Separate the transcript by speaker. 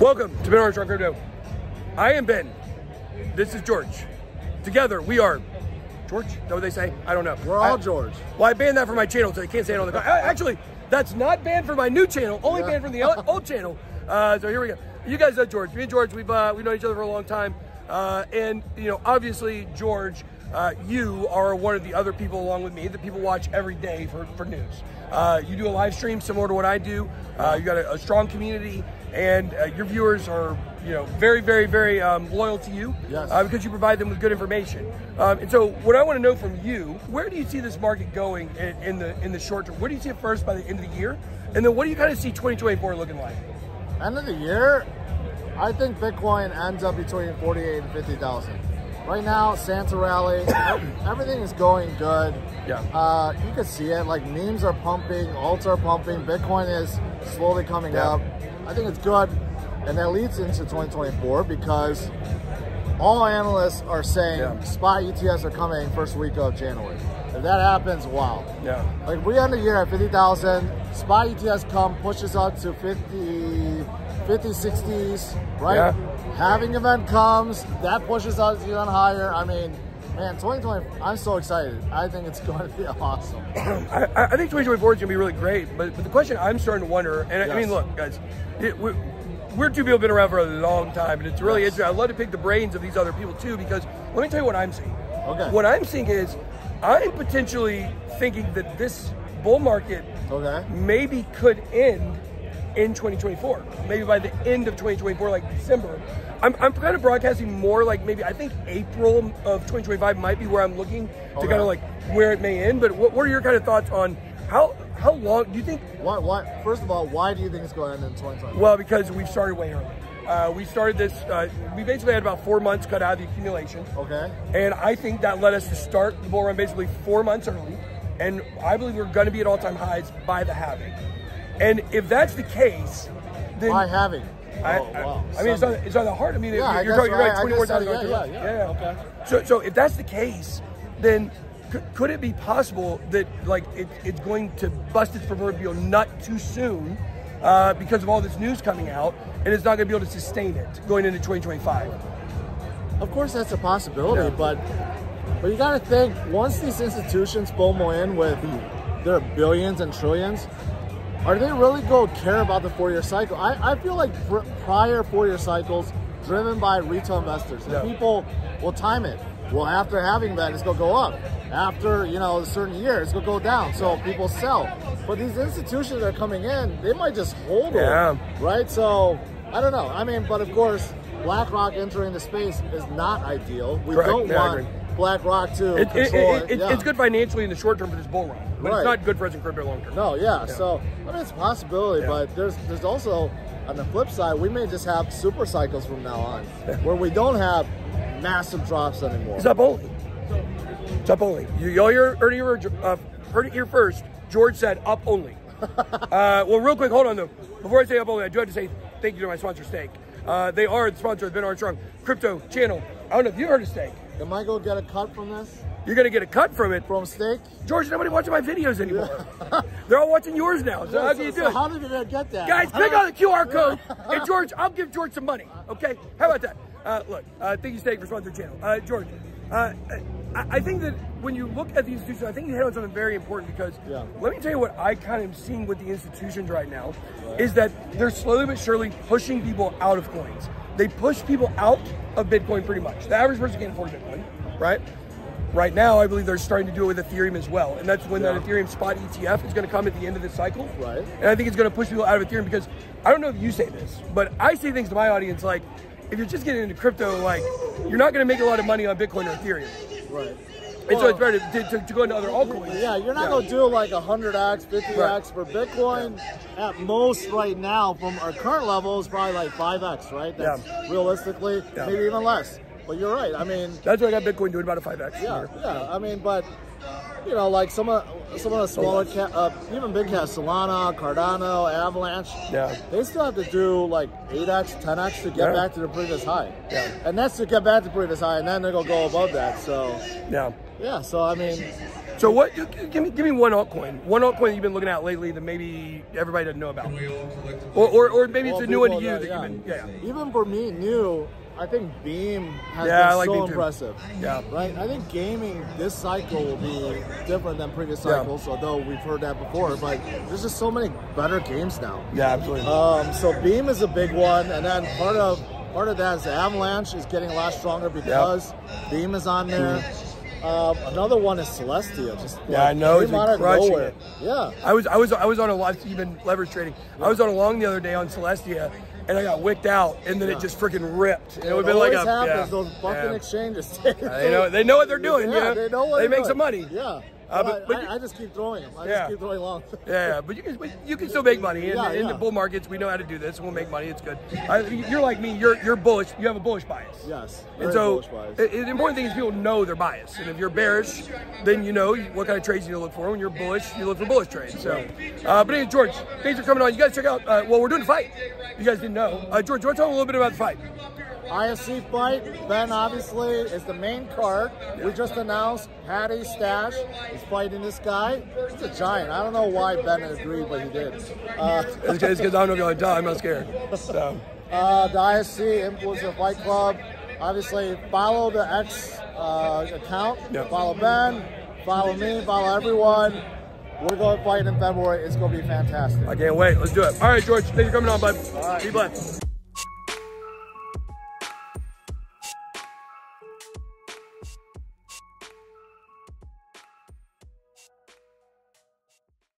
Speaker 1: Welcome to Ben Orange Rock Crypto. I am Ben. This is George. Together we are George. Is that what they say? I don't know.
Speaker 2: We're all
Speaker 1: I-
Speaker 2: George.
Speaker 1: Well, I banned that from my channel, so I can't say it on the. I- Actually, that's not banned from my new channel. Only
Speaker 2: Yeah.
Speaker 1: banned from the o- old channel. Uh, so here we go. You guys know George. Me and George, we've uh, we've known each other for a long time, uh, and you know, obviously, George, uh, you are one of the other people along with me that people watch every day for for news. Uh, you do a live stream similar to what I do. Uh, you got a, a strong community, and uh, your viewers are you know very very very um, loyal to you
Speaker 2: Yes.
Speaker 1: uh, because you provide them with good information. Um, and so, what I want to know from you, where do you see this market going in, in the in the short term? Where do you see it first by the end of the year, and then what do you kind of see 2024 looking like?
Speaker 2: End of the year, I think Bitcoin ends up between 48 and 50,000. Right now, Santa rally, everything is going good.
Speaker 1: Yeah.
Speaker 2: Uh, you can see it. Like memes are pumping, alts are pumping. Bitcoin is slowly coming
Speaker 1: Yeah.
Speaker 2: up. I think it's good, and that leads into 2024 because all analysts are saying
Speaker 1: Yeah.
Speaker 2: spot ETFs are coming first week of January. If that happens, wow.
Speaker 1: Yeah.
Speaker 2: Like we end the year at 50,000. Spy ETS come pushes up to 50, 50, 60s, right?
Speaker 1: Yeah.
Speaker 2: Having event comes, that pushes us even higher. I mean, man, 2020, I'm so excited. I think it's going to be awesome.
Speaker 1: I, I- I think 2024 is going to be really great, but, but the question I'm starting to wonder, and I- I mean,
Speaker 2: Yes.
Speaker 1: look, guys, it, we, we're two people have been around for a long time, and it's really
Speaker 2: Yes.
Speaker 1: interesting. I'd love to pick the brains of these other people too, because let me tell you what I'm seeing.
Speaker 2: Okay.
Speaker 1: What I'm seeing is I'm potentially thinking that this bull market
Speaker 2: Okay.
Speaker 1: maybe could end in 2024. Maybe by the end of 2024, like December. I'm, I'm kind of broadcasting more like maybe I think April of 2025 might be where I'm looking to
Speaker 2: Okay.
Speaker 1: kind of like where it may end. But what, what are your kind of thoughts on how how long do you think?
Speaker 2: Why, why, first of all, why do you think it's going to end in 2020?
Speaker 1: Well, because we've started way early. Uh, we started this. Uh, we basically had about four months cut out of the accumulation.
Speaker 2: okay.
Speaker 1: And I think that led us to start the bull run basically four months early. And I believe we're going to be at all time highs by the halving. And if that's the case, then.
Speaker 2: Why having?
Speaker 1: I,
Speaker 2: oh,
Speaker 1: I-
Speaker 2: wow.
Speaker 1: I mean, it's on,
Speaker 2: Sunday.
Speaker 1: it's on the heart. I mean,
Speaker 2: Yeah, I
Speaker 1: you're,
Speaker 2: guess
Speaker 1: talking, you're
Speaker 2: right.
Speaker 1: right,
Speaker 2: I
Speaker 1: 24,000
Speaker 2: guess, yeah, yeah, yeah. Okay.
Speaker 1: So, so if that's the case, then could, could it be possible that like it, it's going to bust its proverbial nut too soon uh, because of all this news coming out and it's not going to be able to sustain it going into 2025?
Speaker 2: Of course, that's a possibility,
Speaker 1: Yeah.
Speaker 2: but but you got to think once these institutions FOMO in with their billions and trillions, are they really going to care about the four-year cycle? I, I feel like pr- prior four-year cycles driven by retail investors and
Speaker 1: Yeah.
Speaker 2: people will time it. Well, after having that, it's going to go up. After you know a certain year, it's going to go down. So people sell. But these institutions that are coming in, they might just hold it
Speaker 1: Yeah.
Speaker 2: right? So I don't know. I mean, but of course, BlackRock entering the space is not ideal. We
Speaker 1: Correct.
Speaker 2: don't
Speaker 1: Yeah, I agree.
Speaker 2: want BlackRock to
Speaker 1: It, it,
Speaker 2: control.
Speaker 1: it- it-
Speaker 2: yeah.
Speaker 1: It's good financially in the short term for this bull run, but
Speaker 2: Right.
Speaker 1: it's not good for us in crypto long term.
Speaker 2: No, yeah. So I mean, it's a possibility,
Speaker 1: Yeah.
Speaker 2: but there's there's also on the flip side, we may just have super cycles from now on, where we don't have massive drops anymore.
Speaker 1: It's up only. It's up only. You, y'all hear, heard, it here, uh, heard it here first. George said up only. uh, well, real quick, hold on though. Before I say up only, I do have to say thank you to my sponsor, Steak. Uh, they are the sponsor of Ben Armstrong Crypto Channel. I don't know if you heard of Steak.
Speaker 2: Am I gonna get a cut from this
Speaker 1: You're going to get a cut from it.
Speaker 2: from steak?
Speaker 1: George, nobody watching my videos anymore. They're all watching yours now. So how do you do
Speaker 2: so
Speaker 1: it?
Speaker 2: how did you get that,
Speaker 1: Guys, click on the QR code. And George, I'll give George some money. Okay? How about that? Uh, look, uh, thank you, Steak, for sponsoring the channel. Uh, George, uh, I, I think that when you look at the institutions, I think you hit on something very important because
Speaker 2: Yeah.
Speaker 1: let me tell you what I kind of am seeing with the institutions right now is that they're slowly but surely pushing people out of coins. They push people out of Bitcoin pretty much. The average person can't afford Bitcoin, right? Right now, I believe they're starting to do it with Ethereum as well. And that's when
Speaker 2: Yeah.
Speaker 1: that Ethereum spot ETF is going to come at the end of this cycle.
Speaker 2: Right.
Speaker 1: And I think it's going to push people out of Ethereum because I don't know if you say this, but I say things to my audience like, if you're just getting into crypto, like, you're not going to make a lot of money on Bitcoin or Ethereum.
Speaker 2: Right.
Speaker 1: and so
Speaker 2: Well-
Speaker 1: it's better to, to, to go into other altcoins.
Speaker 2: Yeah, you're not
Speaker 1: Yeah.
Speaker 2: gonna do like 100x, 50x
Speaker 1: Right.
Speaker 2: for Bitcoin. At most, right now, from our current level, is probably like 5x, right?
Speaker 1: Yeah.
Speaker 2: That's realistically,
Speaker 1: Yeah.
Speaker 2: maybe even less. But you're right. I mean,
Speaker 1: That's what I got Bitcoin doing about a 5x.
Speaker 2: yeah,
Speaker 1: here.
Speaker 2: yeah. I mean, but you know, like some of some of the smaller, ca- uh, even big cats, Solana, Cardano, Avalanche.
Speaker 1: Yeah.
Speaker 2: They still have to do like 8x, 10x to get
Speaker 1: Yeah.
Speaker 2: back to the previous high.
Speaker 1: Yeah.
Speaker 2: And that's to get back to previous high, and then they're gonna go above that. So
Speaker 1: Yeah.
Speaker 2: yeah. So I mean,
Speaker 1: So what? you- Give me give me one altcoin. One altcoin that you've been looking at lately that maybe everybody doesn't know about, or or, or maybe it's
Speaker 2: Well,
Speaker 1: a new one to
Speaker 2: people
Speaker 1: you
Speaker 2: know,
Speaker 1: that you've been. Yeah, yeah.
Speaker 2: Even for me, new, I think Beam has
Speaker 1: Yeah,
Speaker 2: been
Speaker 1: I like
Speaker 2: so
Speaker 1: Beam too.
Speaker 2: impressive.
Speaker 1: Yeah.
Speaker 2: Right? I think gaming this cycle will be different than previous
Speaker 1: Yeah.
Speaker 2: cycles, although we've heard that before, but there's just so many better games now.
Speaker 1: Yeah, absolutely.
Speaker 2: Um, so Beam is a big one, and then part of part of that is Avalanche is getting a lot stronger because Beam is on there. Um, another one is Celestia. Just
Speaker 1: Yeah,
Speaker 2: like,
Speaker 1: I know, it's
Speaker 2: came out of
Speaker 1: been crushing
Speaker 2: nowhere.
Speaker 1: it.
Speaker 2: Yeah,
Speaker 1: I was I was I was on a lot even leverage trading. I was on a long the other day on Celestia, and I got wicked out, and then it just freaking ripped. And it would be like
Speaker 2: always
Speaker 1: a yeah,
Speaker 2: happens. Those fucking
Speaker 1: yeah. Uh,
Speaker 2: exchanges.
Speaker 1: They know they know what they're doing.
Speaker 2: Yeah,
Speaker 1: you know?
Speaker 2: they know what
Speaker 1: They
Speaker 2: they're
Speaker 1: make
Speaker 2: doing.
Speaker 1: some money.
Speaker 2: Yeah,
Speaker 1: Uh,
Speaker 2: but,
Speaker 1: but- but you-
Speaker 2: I, I just keep throwing them. I
Speaker 1: Yeah.
Speaker 2: just keep throwing long.
Speaker 1: Yeah, but you can but you can still make money in,
Speaker 2: Yeah,
Speaker 1: in the
Speaker 2: yeah.
Speaker 1: bull markets. We know how to do this. We'll make money. It's good. I, you're like me. You're you're bullish. You have a bullish bias.
Speaker 2: Yes,
Speaker 1: And
Speaker 2: very
Speaker 1: so
Speaker 2: bullish bias.
Speaker 1: i- i- the important thing is people know their bias. And if you're bearish, then you know what kind of trades you need to look for. When you're bullish, you look for bullish trades. So, uh, but anyway, George, thanks for coming on. You guys check out. Uh, well, we're doing a fight. You guys didn't know. Uh, George, you want to talk a little bit about the fight?
Speaker 2: IFC fight. Ben obviously is the main card. We just announced Patty Stash is fighting this guy. He's a giant. I don't know why Ben agreed, but he did. Uh,
Speaker 1: It's because I don't know if y'all can tell. I'm not scared. So
Speaker 2: uh, the IFC Influencer Fight Club. Obviously, follow the X uh, account.
Speaker 1: Yep.
Speaker 2: Follow Ben. Follow me. Follow everyone. We're going to fight in February. It's going to be fantastic.
Speaker 1: I can't wait. Let's do it. All right, George, thanks for coming on, bud. Be blessed.